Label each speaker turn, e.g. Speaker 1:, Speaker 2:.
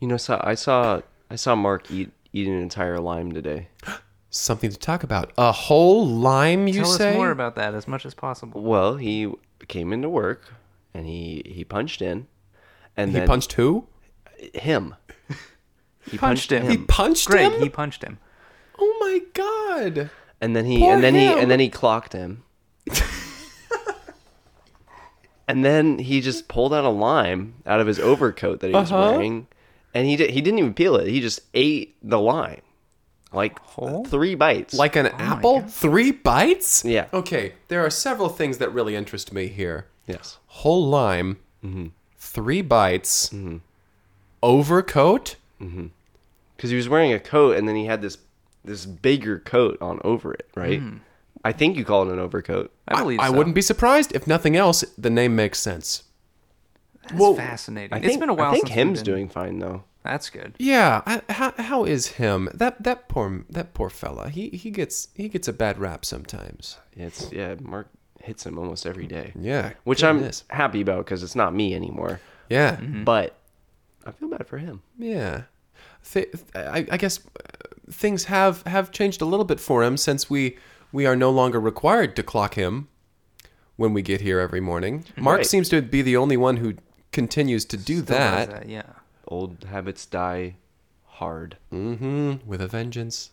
Speaker 1: You know, so I saw I saw Mark eat eat an entire lime today.
Speaker 2: Something to talk about. A whole lime, you
Speaker 3: Tell
Speaker 2: say?
Speaker 3: us more about that as much as possible.
Speaker 1: Well, he came into work and he he punched in, and
Speaker 2: he
Speaker 1: then
Speaker 2: punched who?
Speaker 1: him. He
Speaker 3: Punched him.
Speaker 2: He punched
Speaker 3: Greg,
Speaker 2: him.
Speaker 3: he punched him.
Speaker 2: Oh my god!
Speaker 1: and then he
Speaker 2: Poor
Speaker 1: and then he
Speaker 2: him.
Speaker 1: and then he clocked him. and then he just pulled out a lime out of his overcoat that he was
Speaker 2: Uh-huh.
Speaker 1: wearing, and he did, he didn't even peel it. He just ate the lime, like
Speaker 3: Whole?
Speaker 1: three bites.
Speaker 2: Like
Speaker 3: Oh
Speaker 2: an apple, three bites.
Speaker 1: Yeah.
Speaker 2: Okay. There are several things that really interest me here.
Speaker 1: yes,
Speaker 2: Whole lime,
Speaker 3: Mm-hmm.
Speaker 2: three bites, overcoat.
Speaker 1: because he was wearing a coat, and then he had this this bigger coat on over it. Right?
Speaker 3: Hmm.
Speaker 1: I think you call it an overcoat.
Speaker 3: I believe so.
Speaker 2: wouldn't be surprised if nothing else. The name makes sense.
Speaker 3: That's fascinating.
Speaker 1: I
Speaker 3: it's
Speaker 1: think-
Speaker 3: been a while.
Speaker 1: I think
Speaker 3: since we've
Speaker 1: him's
Speaker 3: been-
Speaker 1: doing fine though.
Speaker 3: That's good.
Speaker 2: Yeah, I, how, how is him? That that poor that poor fella. He he gets he gets a bad rap sometimes.
Speaker 1: It's yeah, Mark hits him almost every day.
Speaker 2: Yeah,
Speaker 1: which
Speaker 2: good
Speaker 1: I'm
Speaker 2: miss.
Speaker 1: happy about because it's not me anymore.
Speaker 2: Yeah,
Speaker 3: Mm-hmm. Hmm.
Speaker 1: But I feel bad for him.
Speaker 2: yeah. Th- I, I guess uh, things have have changed a little bit for him since we we are no longer required to clock him when we get here every morning. Mark
Speaker 1: Right.
Speaker 2: seems to be the only one who continues to do
Speaker 3: Still does
Speaker 2: that
Speaker 3: Yeah.
Speaker 1: Old habits die hard.
Speaker 2: hmm with a vengeance.